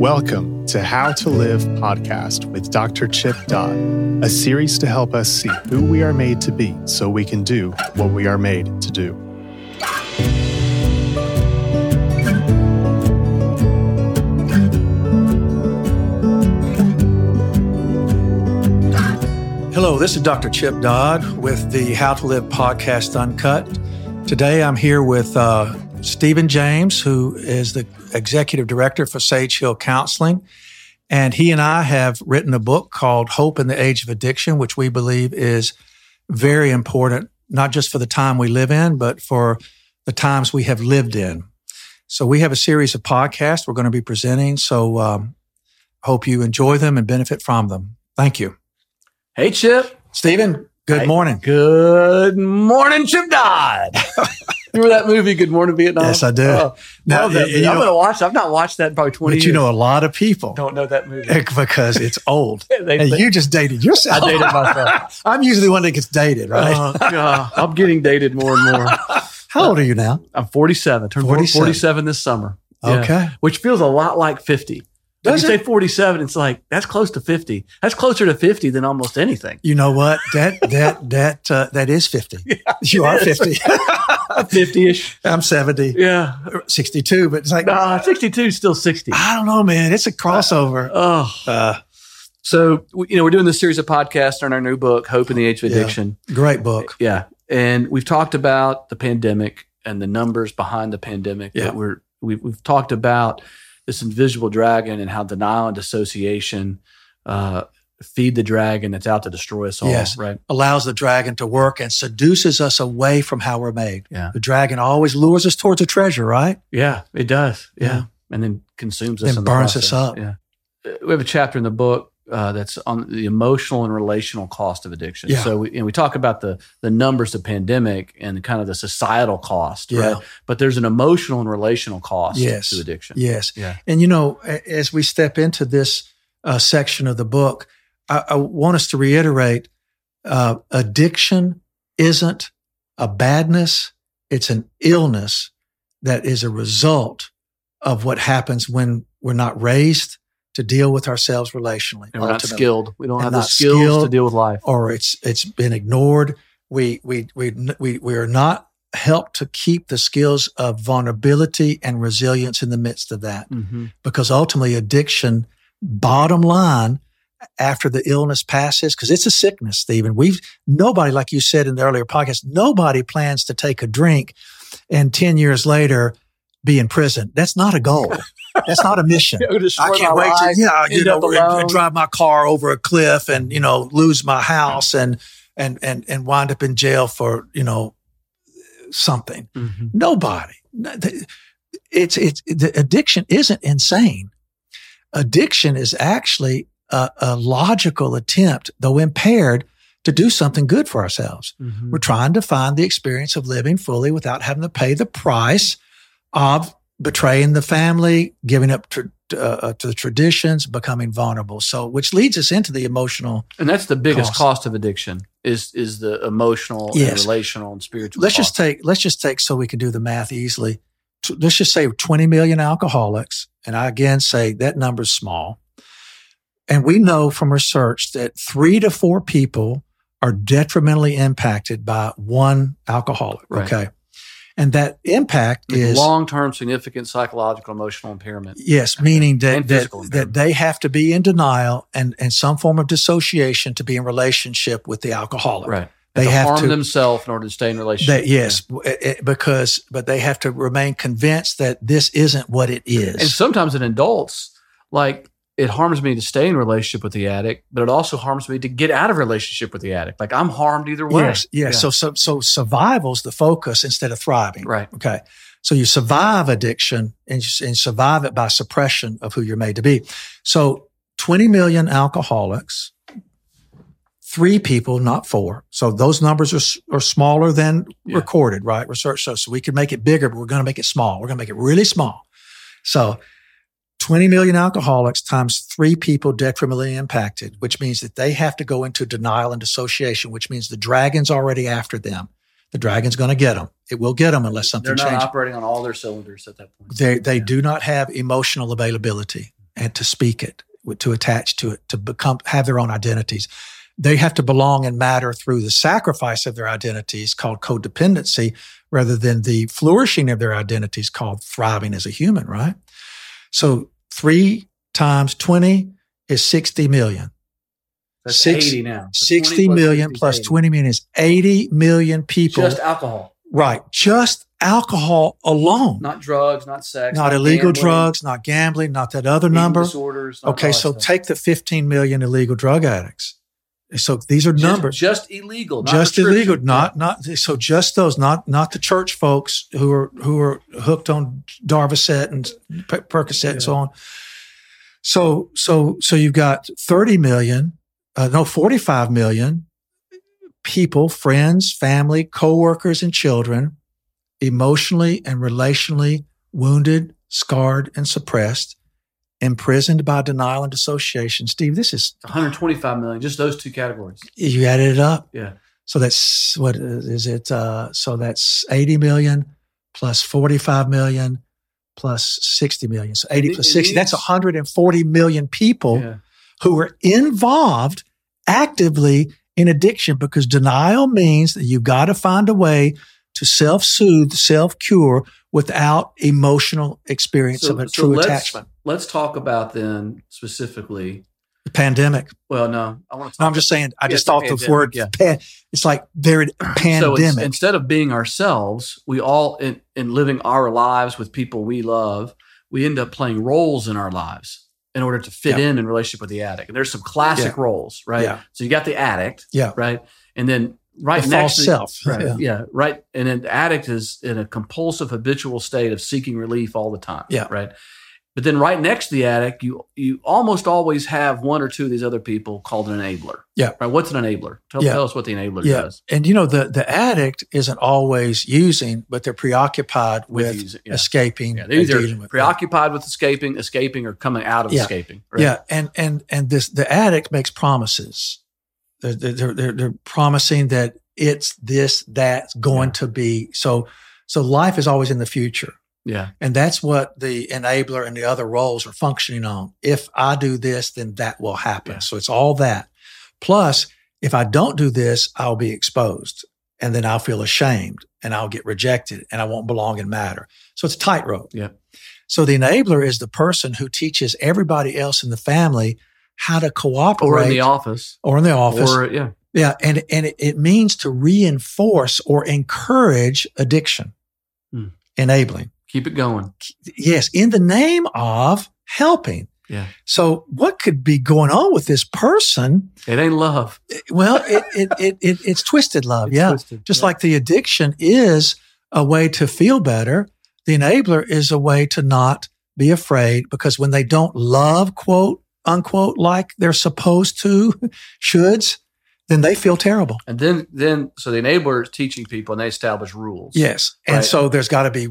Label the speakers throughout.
Speaker 1: Welcome to How to Live podcast with Dr. Chip Dodd, a series to help us see who we are made to be so we can do what we are made to do.
Speaker 2: Hello, this is Dr. Chip Dodd with the How to Live podcast Uncut. Today I'm here with uh, Stephen James, who is the executive director for Sage Hill Counseling. And he and I have written a book called Hope in the Age of Addiction, which we believe is very important, not just for the time we live in, but for the times we have lived in. So we have a series of podcasts we're going to be presenting. So um, hope you enjoy them and benefit from them. Thank you.
Speaker 3: Hey, Chip.
Speaker 2: Stephen, good
Speaker 3: Hey.
Speaker 2: morning.
Speaker 3: Good morning, Chip Dodd. Remember that movie, Good Morning Vietnam?
Speaker 2: Yes, I do.
Speaker 3: Oh,
Speaker 2: Now,
Speaker 3: love that
Speaker 2: you
Speaker 3: movie. I'm
Speaker 2: know-
Speaker 3: going to watch. it. I've not watched that in probably 20
Speaker 2: But
Speaker 3: years.
Speaker 2: you know a lot of people
Speaker 3: don't know that movie.
Speaker 2: because it's old.
Speaker 3: They-
Speaker 2: and
Speaker 3: they-
Speaker 2: you just dated yourself.
Speaker 3: I dated myself.
Speaker 2: I'm usually the one that gets dated, right?
Speaker 3: Oh, God. I'm getting dated more and more.
Speaker 2: How old are you now?
Speaker 3: I'm 47. Turned
Speaker 2: 47.
Speaker 3: 47, this summer. Yeah.
Speaker 2: Okay.
Speaker 3: Which feels a lot like 50. When you
Speaker 2: Does
Speaker 3: say 47, it's like, that's close to 50. That's closer to 50 than almost anything.
Speaker 2: You know what? That that that uh, that is 50. you are 50.
Speaker 3: 50 ish.
Speaker 2: I'm 70,
Speaker 3: Yeah.
Speaker 2: 62, but it's like
Speaker 3: Nah, 62 is still 60.
Speaker 2: I don't know, man. It's a crossover.
Speaker 3: Oh.
Speaker 2: Uh,
Speaker 3: So, we- you know, we're doing this series of podcasts on our new book, Hope in the Age of
Speaker 2: Yeah.
Speaker 3: Addiction.
Speaker 2: great book.
Speaker 3: Yeah. And we've talked about the pandemic and the numbers behind the pandemic
Speaker 2: Yeah.
Speaker 3: that we're, we've, we've talked about this invisible dragon and how denial and dissociation uh, feed the dragon that's out to destroy us all.
Speaker 2: Yes.
Speaker 3: Right.
Speaker 2: Allows the dragon to work and seduces us away from how we're made.
Speaker 3: Yeah.
Speaker 2: The dragon always lures us towards a treasure, right?
Speaker 3: Yeah. It does. Yeah.
Speaker 2: Yeah.
Speaker 3: And then consumes us
Speaker 2: Then
Speaker 3: in the
Speaker 2: burns us
Speaker 3: process.
Speaker 2: up.
Speaker 3: Yeah. Uh, We have a chapter in the book. Uh, that's on the emotional and relational cost of addiction.
Speaker 2: Yeah.
Speaker 3: So we, and we talk about the the numbers of pandemic and kind of the societal cost,
Speaker 2: Yeah.
Speaker 3: right? But there's an emotional and relational cost
Speaker 2: Yes.
Speaker 3: to addiction.
Speaker 2: Yes.
Speaker 3: Yeah.
Speaker 2: And you know, a- as we step into this uh, section of the book, I, I want us to reiterate: uh, addiction isn't a badness; it's an illness that is a result of what happens when we're not raised to deal with ourselves relationally,
Speaker 3: and we're not
Speaker 2: ultimately.
Speaker 3: skilled. We don't
Speaker 2: And
Speaker 3: have the
Speaker 2: not
Speaker 3: skills to
Speaker 2: skilled.
Speaker 3: deal with life.
Speaker 2: or it's it's been ignored. We we we we we are not helped to keep the skills of vulnerability and resilience in the midst of that
Speaker 3: Mm-hmm.
Speaker 2: because ultimately addiction bottom line after the illness passes because it's a sickness stephen we've nobody like you said in the earlier podcast nobody plans to take a drink and 10 years later be in prison that's not a goal that's not a mission I can't wait to yeah, you
Speaker 3: end
Speaker 2: know,
Speaker 3: up
Speaker 2: we're gonna
Speaker 3: alone.
Speaker 2: drive my car over a cliff and you know lose my house and and and and wind up in jail for you know something.
Speaker 3: Mm-hmm.
Speaker 2: Nobody. No, th- It's it's the addiction isn't insane. Addiction is actually a, a logical attempt, though impaired, to do something good for ourselves.
Speaker 3: Hmm. Mm-hmm.
Speaker 2: We're trying to find the experience of living fully without having to pay the price of betraying the family, giving up tr uh, uh, to the traditions, becoming vulnerable. So, which leads us into the emotional.
Speaker 3: And that's the biggest
Speaker 2: Cost.
Speaker 3: cost, of addiction is is the emotional and
Speaker 2: Yes.
Speaker 3: relational and spiritual.
Speaker 2: Let's just take. Let's just take so we can do the math easily. T- Let's just say 20 million alcoholics, and I again say that number's small. And we know from research that three to four people are detrimentally impacted by one alcoholic.
Speaker 3: Right.
Speaker 2: Okay, and that impact is
Speaker 3: long term significant psychological emotional impairment.
Speaker 2: Yes, meaning that
Speaker 3: And
Speaker 2: that,
Speaker 3: physical
Speaker 2: that
Speaker 3: impairment.
Speaker 2: they have to be in denial and, and some form of dissociation to be in relationship with the alcoholic.
Speaker 3: Right.
Speaker 2: They have
Speaker 3: harm
Speaker 2: to.
Speaker 3: themselves in order to stay in relationship.
Speaker 2: That yes, w- it- it- because but they have to remain convinced that this isn't what it is.
Speaker 3: And sometimes in adults, like it harms me to stay in relationship with the addict, but it also harms me to get out of relationship with the addict. Like I'm harmed either way.
Speaker 2: yes, yes. So so so survival's the focus instead of thriving.
Speaker 3: Right.
Speaker 2: Okay. So you survive addiction and, you- and survive it by suppression of who you're made to be. So 20 million alcoholics, three people, not four. So those numbers are, s- are smaller than
Speaker 3: Yeah.
Speaker 2: recorded, right? Research shows. So we can make it bigger, but we're going to make it small. We're going to make it really small. So 20 million alcoholics times three people detrimentally impacted, which means that they have to go into denial and dissociation, which means the dragon's already after them. The dragon's going to get them. It will get them unless something
Speaker 3: They're not
Speaker 2: changes
Speaker 3: operating on all their cylinders at that point.
Speaker 2: they they do not have emotional availability and to speak it, to attach to it, to become, have their own identities. They have to belong and matter through the sacrifice of their identities called codependency rather than the flourishing of their identities called thriving as a human, right? So three times 20 is 60 million.
Speaker 3: That's
Speaker 2: Six-
Speaker 3: 80 now. So
Speaker 2: 60 million
Speaker 3: 60
Speaker 2: plus
Speaker 3: 80.
Speaker 2: 20 million is 80 million people.
Speaker 3: Just alcohol,
Speaker 2: right. Just alcohol alone, not,
Speaker 3: not drugs, not sex,
Speaker 2: illegal
Speaker 3: gambling,
Speaker 2: drugs, not gambling, not that other
Speaker 3: eating
Speaker 2: number.
Speaker 3: Disorders, not all
Speaker 2: Okay.
Speaker 3: that
Speaker 2: So
Speaker 3: stuff.
Speaker 2: take the 15 million illegal drug addicts. So these are
Speaker 3: Just-
Speaker 2: numbers.
Speaker 3: Just, illegal, not
Speaker 2: Just
Speaker 3: prescription.
Speaker 2: illegal, not not so. Just those, not not the church folks who are who are hooked on Darvocet and P- Percocet and so on. So so so you've got thirty million, uh, no forty five million people, friends, family, coworkers, and children, emotionally and relationally wounded, scarred, and suppressed, imprisoned by denial and dissociation. Steve, this is
Speaker 3: 125 million, just those two categories.
Speaker 2: you added it up.
Speaker 3: Yeah.
Speaker 2: So that's what is it? Uh, so that's 80 million plus 45 million plus 60 million. So 80
Speaker 3: It-
Speaker 2: plus
Speaker 3: it
Speaker 2: 60, that's
Speaker 3: is-
Speaker 2: 140 million people
Speaker 3: Yeah.
Speaker 2: who are involved actively in addiction because denial means that you've got to find a way to self soothe, self cure without emotional experience
Speaker 3: So-
Speaker 2: of a
Speaker 3: so
Speaker 2: true
Speaker 3: let's-
Speaker 2: attachment.
Speaker 3: Let's talk about then specifically.
Speaker 2: The pandemic.
Speaker 3: Well, no, I want to
Speaker 2: No,
Speaker 3: talk.
Speaker 2: I'm just saying, I
Speaker 3: Yeah,
Speaker 2: just
Speaker 3: the
Speaker 2: thought the
Speaker 3: pandemic,
Speaker 2: word,
Speaker 3: yeah.
Speaker 2: pan, it's like there,
Speaker 3: So
Speaker 2: pandemic.
Speaker 3: it's- instead of being ourselves, we all in, in living our lives with people we love, we end up playing roles in our lives in order to fit in in relationship with the addict. And there's some classic roles, right?
Speaker 2: Yeah.
Speaker 3: So you got the addict,
Speaker 2: Yeah.
Speaker 3: right, and then right
Speaker 2: the false
Speaker 3: next to the-
Speaker 2: self.
Speaker 3: Right.
Speaker 2: Yeah.
Speaker 3: Yeah. Right. And an addict is in a compulsive, habitual state of seeking relief all the time.
Speaker 2: Yeah.
Speaker 3: Right. But then right next to the addict, you you almost always have one or two of these other people called an enabler.
Speaker 2: Yeah.
Speaker 3: Right. What's an enabler? Tell,
Speaker 2: Yeah.
Speaker 3: tell us what the enabler
Speaker 2: Yeah.
Speaker 3: does.
Speaker 2: and you know the the addict isn't always using but they're preoccupied with,
Speaker 3: using- yeah.
Speaker 2: escaping
Speaker 3: Yeah,
Speaker 2: or
Speaker 3: they're either
Speaker 2: dealing with
Speaker 3: preoccupied with escaping, escaping, or coming out of
Speaker 2: Yeah.
Speaker 3: escaping.
Speaker 2: yeah. yeah and and and this the addict makes promises they're they're they're, they're promising that it's this that's going
Speaker 3: Yeah.
Speaker 2: to be so so life is always in the future
Speaker 3: Yeah.
Speaker 2: and that's what the enabler and the other roles are functioning on. If I do this, then that will happen.
Speaker 3: Yeah.
Speaker 2: So it's all that. Plus, if I don't do this, I'll be exposed and then I'll feel ashamed and I'll get rejected and I won't belong and matter. So it's a tightrope.
Speaker 3: Yeah.
Speaker 2: So the enabler is the person who teaches everybody else in the family how to cooperate
Speaker 3: Or in the office.
Speaker 2: or in the office.
Speaker 3: Or yeah.
Speaker 2: yeah. And, and it, it means to reinforce or encourage addiction,
Speaker 3: Hmm.
Speaker 2: enabling
Speaker 3: Keep it going.
Speaker 2: yes, in the name of helping.
Speaker 3: Yeah.
Speaker 2: So what could be going on with this person?
Speaker 3: It ain't love.
Speaker 2: Well, it it, it, it it's twisted love.
Speaker 3: It's
Speaker 2: yeah.
Speaker 3: twisted.
Speaker 2: Just
Speaker 3: Yeah.
Speaker 2: like the addiction is a way to feel better, the enabler is a way to not be afraid because when they don't love quote unquote like they're supposed to, shoulds, then they feel terrible.
Speaker 3: And then, then so the enabler is teaching people, and they establish rules.
Speaker 2: Yes. And
Speaker 3: Right.
Speaker 2: so there's got to be,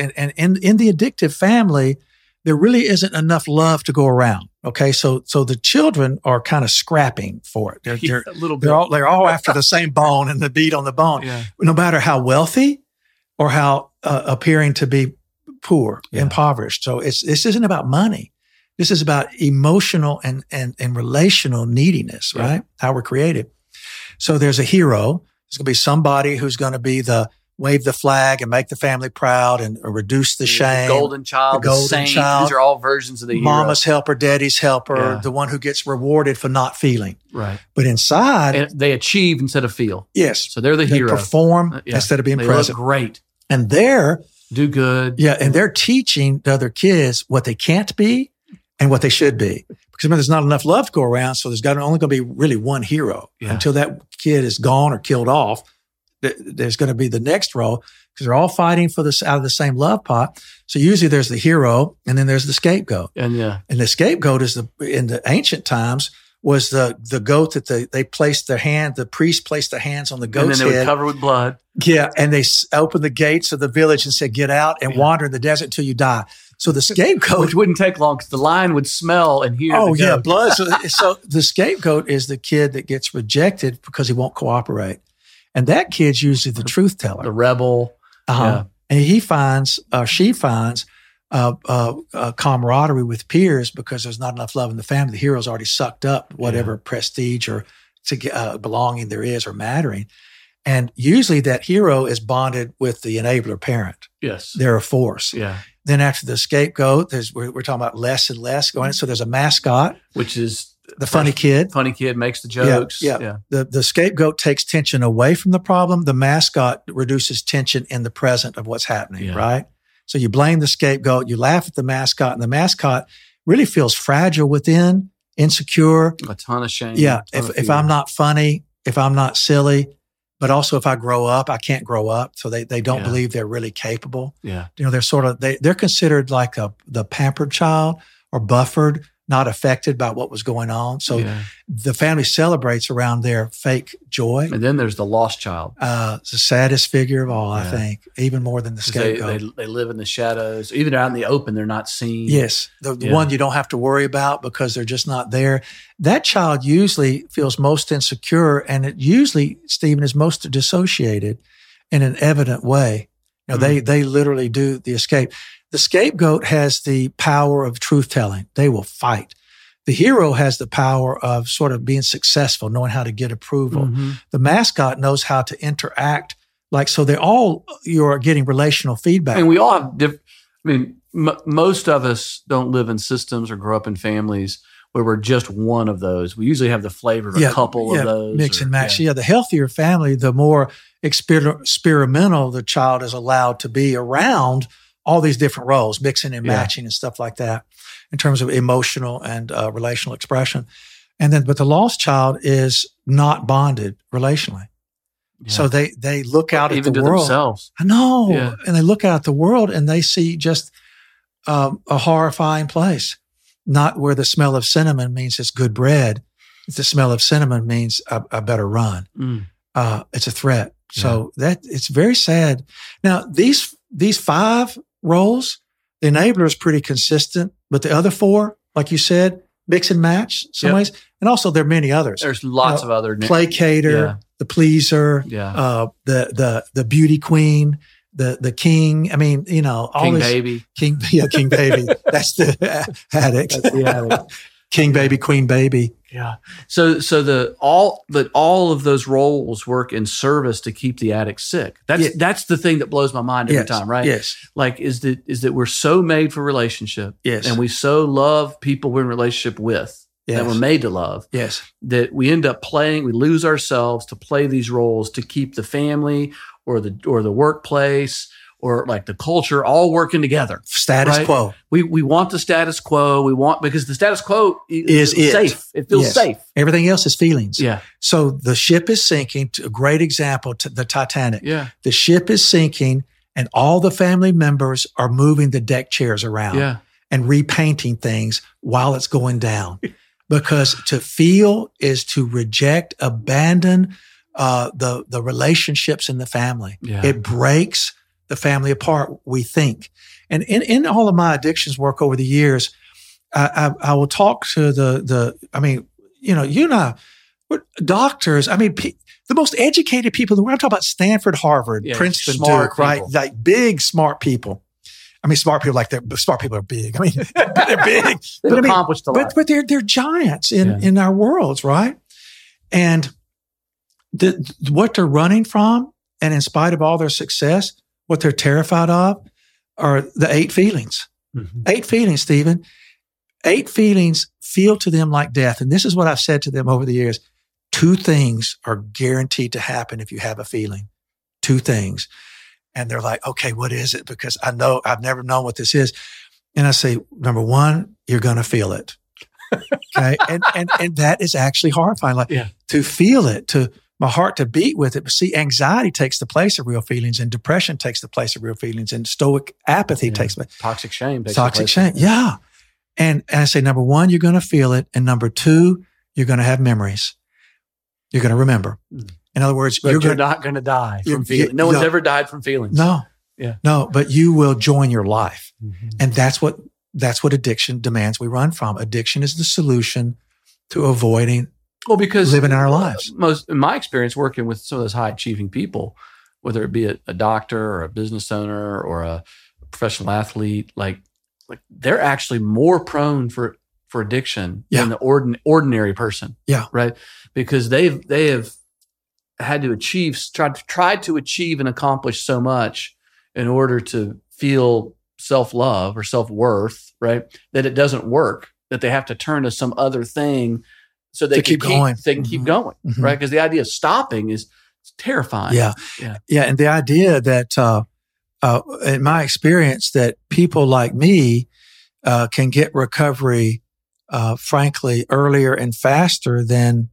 Speaker 2: and, and in, in the addictive family, there really isn't enough love to go around. Okay. So, so the children are kind of scrapping for it. They're, they're,
Speaker 3: a little bit.
Speaker 2: they're all, they're all after the same bone and the beat on the bone,
Speaker 3: yeah.
Speaker 2: no matter how wealthy or how uh, appearing to be poor,
Speaker 3: Yeah.
Speaker 2: impoverished. So it's, this isn't about money. This is about emotional and, and, and relational neediness,
Speaker 3: Yeah.
Speaker 2: right? How we're created. So there's a hero. There's going to be somebody who's going to be the wave the flag and make the family proud and uh, reduce the shame.
Speaker 3: golden child,
Speaker 2: the
Speaker 3: the
Speaker 2: golden
Speaker 3: saint.
Speaker 2: child,
Speaker 3: These are all versions of the
Speaker 2: Mama's helper, daddy's helper,
Speaker 3: Yeah.
Speaker 2: the one who gets rewarded for not feeling.
Speaker 3: hero. right?
Speaker 2: But inside,
Speaker 3: And they achieve instead of feel,
Speaker 2: yes,
Speaker 3: so they're the
Speaker 2: they
Speaker 3: hero.
Speaker 2: perform
Speaker 3: Uh, yeah.
Speaker 2: instead of
Speaker 3: They
Speaker 2: being
Speaker 3: look
Speaker 2: present.
Speaker 3: great,
Speaker 2: And they're,
Speaker 3: do good.
Speaker 2: yeah, and they're teaching the other kids what they can't be and what they should be. Because remember, there's not enough love to go around. So there's got only going to be really one hero
Speaker 3: Yeah.
Speaker 2: until that kid is gone or killed off. th- there's going to be the next role because they're all fighting for this out of the same love pot. So usually there's the hero and then there's the scapegoat.
Speaker 3: and yeah,
Speaker 2: And the scapegoat is the in the ancient times was the the goat that they they placed their hand the priest placed their hands on the
Speaker 3: and
Speaker 2: goat's
Speaker 3: then they would
Speaker 2: head.
Speaker 3: cover with blood.
Speaker 2: yeah, and they s- opened the gates of the village and said, "Get out and
Speaker 3: Yeah.
Speaker 2: water in the desert until you die." So the
Speaker 3: which
Speaker 2: scapegoat.
Speaker 3: wouldn't take long because the lion would smell and hear.
Speaker 2: Oh
Speaker 3: the
Speaker 2: yeah,
Speaker 3: goat.
Speaker 2: blood. So, so the scapegoat is the kid that gets rejected because he won't cooperate, and that kid's usually the truth teller.
Speaker 3: the rebel.
Speaker 2: Uh-huh.
Speaker 3: Yeah.
Speaker 2: And he finds, or she finds, uh, uh, uh, camaraderie with peers because there's not enough love in the family. The hero's already sucked up whatever prestige or to, uh, belonging there is or mattering. And usually that hero is bonded with the enabler parent.
Speaker 3: Yes.
Speaker 2: They're a force.
Speaker 3: Yeah.
Speaker 2: Then after the scapegoat, there's, we're, we're talking about less and less going. So there's a mascot,
Speaker 3: Which is
Speaker 2: the funny kid.
Speaker 3: funny kid makes the jokes.
Speaker 2: yeah. The, the scapegoat takes tension away from the problem. The mascot reduces tension in the present of what's happening,
Speaker 3: Yeah.
Speaker 2: right? So you blame the scapegoat, you laugh at the mascot, and the mascot really feels fragile within, insecure.
Speaker 3: A ton of shame.
Speaker 2: Yeah.
Speaker 3: ton
Speaker 2: If,
Speaker 3: of
Speaker 2: if
Speaker 3: fear.
Speaker 2: I'm not funny, if I'm not silly, but also if I grow up, I can't grow up. So they, they don't
Speaker 3: Yeah.
Speaker 2: believe they're really capable.
Speaker 3: Yeah.
Speaker 2: You know, they're sort of, they, they're considered like a, the pampered child or buffered, not affected by what was going on. So
Speaker 3: yeah.
Speaker 2: the family celebrates around their fake joy.
Speaker 3: And then there's the lost child.
Speaker 2: Uh, it's the saddest figure of all, I
Speaker 3: Yeah.
Speaker 2: think, even more than the
Speaker 3: 'Cause They,
Speaker 2: scapegoat.
Speaker 3: they, they live in the shadows. Even out in the open, they're not seen.
Speaker 2: yes, the, the
Speaker 3: Yeah.
Speaker 2: one you don't have to worry about because they're just not there. That child usually feels most insecure, and it usually Stephen is most dissociated in an evident way. You know, they
Speaker 3: Mm-hmm.
Speaker 2: they literally do the escape. The scapegoat has the power of truth telling. They will fight. The hero has the power of sort of being successful, knowing how to get approval.
Speaker 3: Mhm.
Speaker 2: the mascot knows how to interact like so they're all you're getting relational feedback
Speaker 3: And we all have diff I mean, m- most of us don't live in systems or grow up in families where we're just one of those. We usually have the flavor of
Speaker 2: Yeah,
Speaker 3: a couple
Speaker 2: yeah,
Speaker 3: of those.
Speaker 2: mix
Speaker 3: or-
Speaker 2: and match
Speaker 3: Yeah.
Speaker 2: yeah. the healthier family the more exper- experimental the child is allowed to be around all these different roles mixing and
Speaker 3: Yeah.
Speaker 2: matching and stuff like that in terms of emotional and uh, relational expression and then but the lost child is not bonded relationally
Speaker 3: Yeah.
Speaker 2: so they they look out
Speaker 3: even
Speaker 2: at the
Speaker 3: to
Speaker 2: world
Speaker 3: themselves.
Speaker 2: I know.
Speaker 3: Yeah.
Speaker 2: And they look out at the world and they see just um, a horrifying place, not where the smell of cinnamon means it's good bread. The smell of cinnamon means I, I better run.
Speaker 3: Mm.
Speaker 2: Uh, it's a threat. So that it's very sad. Now these these five roles, the enabler is pretty consistent, but the other four, like you said, mix and match some
Speaker 3: Yep.
Speaker 2: ways, and also there are many others:
Speaker 3: There's lots
Speaker 2: Uh,
Speaker 3: of other
Speaker 2: placator,
Speaker 3: Yeah.
Speaker 2: the pleaser,
Speaker 3: Yeah.
Speaker 2: uh, the the the beauty queen, the the king. I mean, you know, all
Speaker 3: King
Speaker 2: this
Speaker 3: Baby.
Speaker 2: king, yeah, king baby. That's the addict.
Speaker 3: Yeah.
Speaker 2: King baby, queen baby.
Speaker 3: Yeah. So so the all that all of those roles work in service to keep the addict sick. That's
Speaker 2: Yeah.
Speaker 3: that's the thing that blows my mind every
Speaker 2: Yes.
Speaker 3: time, right?
Speaker 2: Yes,
Speaker 3: Like is that is that we're so made for relationship
Speaker 2: yes,
Speaker 3: and we so love people we're in relationship with
Speaker 2: yes.
Speaker 3: that we're made to love
Speaker 2: yes,
Speaker 3: that we end up playing we lose ourselves to play these roles to keep the family or the or the workplace or like the culture all working together.
Speaker 2: status
Speaker 3: Right.
Speaker 2: quo.
Speaker 3: We we want the status quo. We want because the status quo
Speaker 2: Is it.
Speaker 3: safe. It feels
Speaker 2: Yes.
Speaker 3: safe.
Speaker 2: Everything else is feelings.
Speaker 3: Yeah.
Speaker 2: So the ship is sinking. To a great example, to the Titanic.
Speaker 3: Yeah.
Speaker 2: The ship is sinking, and all the family members are moving the deck chairs around.
Speaker 3: Yeah.
Speaker 2: and repainting things while it's going down. Because to feel is to reject, abandon uh, the the relationships in the family.
Speaker 3: Yeah.
Speaker 2: It breaks the family apart. We think, and in in all of my addictions work over the years, I I, I will talk to the the. I mean, you know, you and I, we're doctors. I mean. Pe- the most educated people in the world. I'm talking about Stanford, Harvard,
Speaker 3: Yeah,
Speaker 2: Princeton,
Speaker 3: smart
Speaker 2: Duke, right?
Speaker 3: people.
Speaker 2: Like big, smart people. I mean, smart people like they're smart people are big. I mean, they're big,
Speaker 3: They've
Speaker 2: But I mean-
Speaker 3: accomplished a
Speaker 2: but
Speaker 3: lot.
Speaker 2: but they're they're giants in
Speaker 3: Yeah.
Speaker 2: in our worlds, right? And the what they're running from, and in spite of all their success, what they're terrified of are the eight feelings.
Speaker 3: Mm-hmm.
Speaker 2: Eight feelings, Stephen. Eight feelings feel to them like death. And this is what I've said to them over the years. Two things are guaranteed to happen if you have a feeling. Two things. And they're like, okay, what is it? Because I know I've never known what this is. And I say, number one, you're going to feel it. Okay. and, and, and that is actually horrifying. Like
Speaker 3: Yeah.
Speaker 2: to feel it, to my heart to beat with it. But see, anxiety takes the place of real feelings and depression takes the place of real feelings and stoic apathy
Speaker 3: Yeah.
Speaker 2: takes the
Speaker 3: Toxic shame. takes
Speaker 2: toxic
Speaker 3: place.
Speaker 2: shame. Yeah. And, and I say, number one, you're going to feel it. And number two, you're going to have memories. You're going to remember.
Speaker 3: Mm.
Speaker 2: In other words,
Speaker 3: But
Speaker 2: you're going
Speaker 3: you're,
Speaker 2: to,
Speaker 3: not going to die
Speaker 2: You're-
Speaker 3: from feelings. No
Speaker 2: you-
Speaker 3: one's
Speaker 2: no.
Speaker 3: ever died from feelings.
Speaker 2: no,
Speaker 3: Yeah.
Speaker 2: no, but you will join your life.
Speaker 3: Mm-hmm.
Speaker 2: And that's what, that's what addiction demands we run from. Addiction is the solution to avoiding
Speaker 3: Well, because
Speaker 2: living our lives.
Speaker 3: most in my experience working with some of those high achieving people, whether it be a, a doctor or a business owner or a professional athlete, like like they're actually more prone for for addiction
Speaker 2: Yeah.
Speaker 3: than the ordin- ordinary person.
Speaker 2: Yeah.
Speaker 3: Right. Because they've they have had to achieve tried tried to achieve and accomplish so much in order to feel self love or self worth, right? That it doesn't work. That they have to turn to some other thing so they
Speaker 2: To
Speaker 3: can
Speaker 2: keep going.
Speaker 3: They can keep
Speaker 2: Mhm.
Speaker 3: going,
Speaker 2: Mhm.
Speaker 3: right? Because the idea of stopping is it's terrifying.
Speaker 2: Yeah.
Speaker 3: Yeah.
Speaker 2: Yeah. And the idea that, uh, uh, in my experience, that people like me uh, can get recovery, uh, frankly, earlier and faster than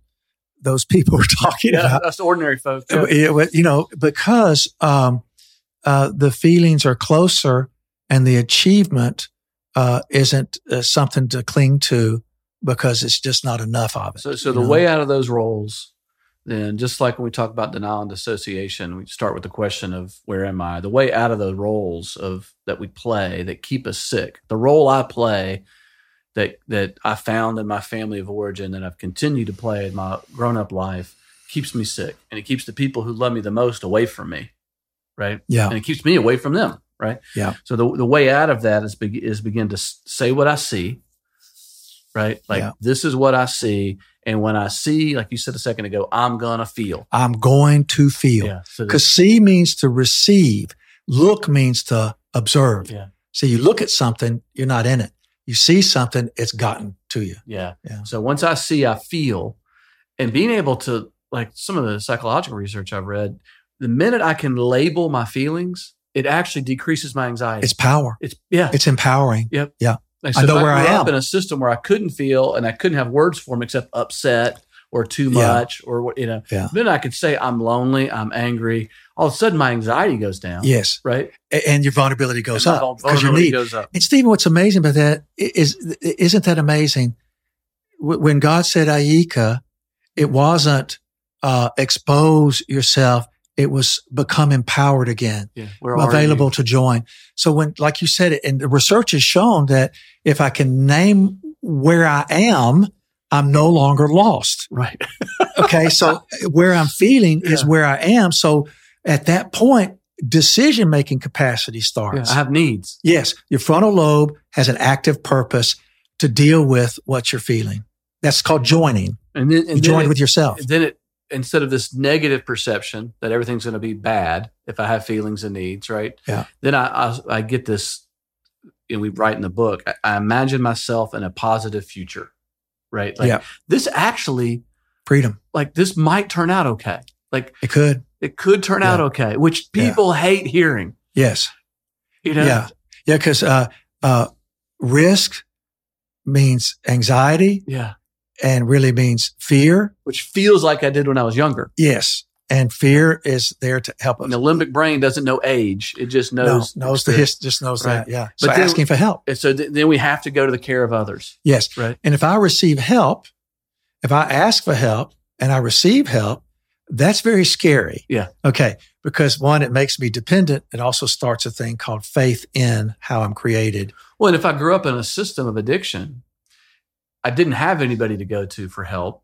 Speaker 2: those people we're talking
Speaker 3: Yeah,
Speaker 2: about.
Speaker 3: that's the ordinary folks.
Speaker 2: Uh, it wa- you know, because um, uh, the feelings are closer and the achievement uh, isn't uh, something to cling to because it's just not enough of it.
Speaker 3: So, so the
Speaker 2: you know?
Speaker 3: way out of those roles, then, just like when we talk about denial and dissociation, we start with the question of where am I? The way out of the roles of that we play that keep us sick. The role I play that that I found in my family of origin that I've continued to play in my grown up life keeps me sick, and it keeps the people who love me the most away from me, right?
Speaker 2: Yeah.
Speaker 3: and it keeps me away from them, right?
Speaker 2: Yeah.
Speaker 3: So the the way out of that is be, is begin to s- say what I see, right? Like
Speaker 2: Yeah.
Speaker 3: this is what I see, and when I see, like you said a second ago, I'm gonna feel.
Speaker 2: I'm going to feel.
Speaker 3: Yeah. So
Speaker 2: Because see means to receive, look means to observe.
Speaker 3: Yeah.
Speaker 2: So you look at something, you're not in it. You see something, it's gotten to you.
Speaker 3: Yeah.
Speaker 2: Yeah.
Speaker 3: So once I see, I feel, and being able to like some of the psychological research I've read, the minute I can label my feelings, it actually decreases my anxiety.
Speaker 2: It's power.
Speaker 3: it's yeah.
Speaker 2: It's empowering.
Speaker 3: Like,
Speaker 2: I
Speaker 3: so
Speaker 2: know
Speaker 3: if
Speaker 2: where I
Speaker 3: grew up
Speaker 2: am.
Speaker 3: in a system where I couldn't feel and I couldn't have words for them except upset or too
Speaker 2: Yeah.
Speaker 3: much or what you know.
Speaker 2: Yeah.
Speaker 3: Then I could say I'm lonely, I'm angry. All of a sudden, my anxiety goes down.
Speaker 2: Yes.
Speaker 3: Right.
Speaker 2: A- And your vulnerability goes
Speaker 3: And my
Speaker 2: up because you're
Speaker 3: vulnerability
Speaker 2: need.
Speaker 3: goes up.
Speaker 2: And Stephen, what's amazing about that i- is, isn't that amazing? Wh- When God said Aika, it wasn't uh, expose yourself. It was become empowered again.
Speaker 3: Yeah. Where are
Speaker 2: available
Speaker 3: you?
Speaker 2: to join. So when, like you said, and the research has shown that if I can name where I am, I'm no longer lost.
Speaker 3: Right.
Speaker 2: Okay. so where I'm feeling is
Speaker 3: Yeah.
Speaker 2: where I am. So at that point, decision making capacity
Speaker 3: Yeah,
Speaker 2: starts.
Speaker 3: I have needs.
Speaker 2: yes. Your frontal lobe has an active purpose to deal with what you're feeling. That's called joining.
Speaker 3: And then and
Speaker 2: you
Speaker 3: then
Speaker 2: join
Speaker 3: it-
Speaker 2: with yourself.
Speaker 3: then it instead of this negative perception that everything's going to be bad if I have feelings and needs, right?
Speaker 2: Yeah.
Speaker 3: Then I I, I get this, and we write in the book. I, I imagine myself in a positive future, right? Like
Speaker 2: Yeah.
Speaker 3: this actually,
Speaker 2: Freedom.
Speaker 3: like this might turn out okay. Like
Speaker 2: It could.
Speaker 3: it could turn out
Speaker 2: Yeah.
Speaker 3: okay, which
Speaker 2: Yeah.
Speaker 3: people hate hearing.
Speaker 2: Yes.
Speaker 3: You know,
Speaker 2: Yeah. Yeah. Cause, uh, uh, risk means anxiety
Speaker 3: yeah.
Speaker 2: and really means fear.
Speaker 3: Which feels like I did when I was younger.
Speaker 2: Yes. And fear is there to help us.
Speaker 3: And the limbic brain doesn't know age; it just
Speaker 2: No,
Speaker 3: knows
Speaker 2: knows the
Speaker 3: experience.
Speaker 2: his, just knows
Speaker 3: Right.
Speaker 2: that. Yeah.
Speaker 3: But
Speaker 2: But so
Speaker 3: then-
Speaker 2: asking for help.
Speaker 3: And so th- then we have to go to the care of others.
Speaker 2: Yes.
Speaker 3: Right.
Speaker 2: And if I receive help, if I ask for help and I receive help, that's very scary.
Speaker 3: Yeah.
Speaker 2: Okay. Because one, it makes me dependent. It also starts a thing called faith in how I'm created.
Speaker 3: Well, and if I grew up in a system of addiction, I didn't have anybody to go to for help.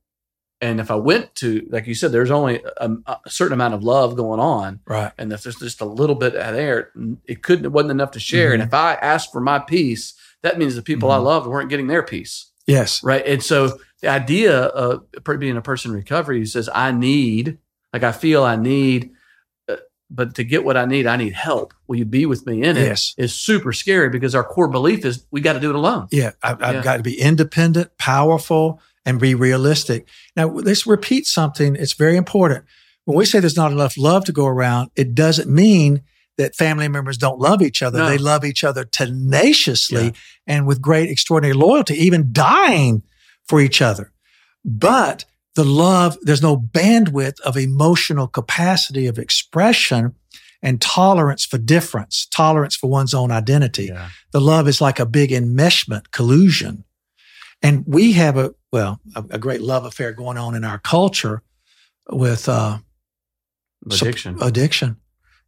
Speaker 3: And if I went to, like you said, there's only a, um, a certain amount of love going on.
Speaker 2: Right.
Speaker 3: And if there's just a little bit of there, it couldn't, it wasn't enough to share. And if I asked for my piece, that means the people I
Speaker 2: Mhm.
Speaker 3: loved weren't getting their piece.
Speaker 2: Yes.
Speaker 3: Right. And so the idea of per- being a person in recovery who says, I need, like I feel I need, uh, but to get what I need, I need help. Will you be with me in it?
Speaker 2: Yes.
Speaker 3: Is super scary because our core belief is we got to do it alone.
Speaker 2: Yeah, I, I've
Speaker 3: Yeah.
Speaker 2: got to be independent, powerful, and be realistic. Now, let's repeat something. It's very important. When we say there's not enough love to go around, it doesn't mean that family members don't love each other.
Speaker 3: No.
Speaker 2: They love each other tenaciously
Speaker 3: Yeah.
Speaker 2: and with great extraordinary loyalty, even dying for each other. But the love, there's no bandwidth of emotional capacity of expression and tolerance for difference, tolerance for one's own identity
Speaker 3: Yeah.
Speaker 2: the love is like a big enmeshment collusion and we have a well a, a great love affair going on in our culture with uh, sup-
Speaker 3: Addiction.
Speaker 2: addiction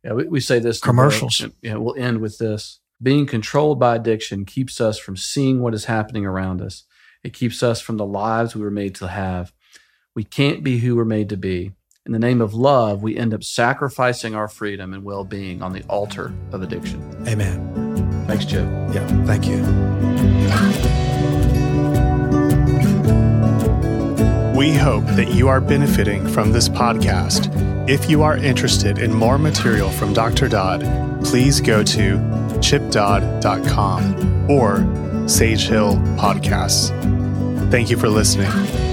Speaker 3: yeah, we, we say this. in the
Speaker 2: Commercials.
Speaker 3: book. Yeah, we'll end with this. Being controlled by addiction keeps us from seeing what is happening around us. It keeps us from the lives we were made to have. We can't be who we're made to be. In the name of love, we end up sacrificing our freedom and well being on the altar of addiction.
Speaker 2: amen
Speaker 3: Thanks, Chip.
Speaker 2: Yeah. Thank you.
Speaker 1: We hope that you are benefiting from this podcast. If you are interested in more material from Dr. Dodd, please go to chipdodd.com or Sage Hill Podcasts. Thank you for listening.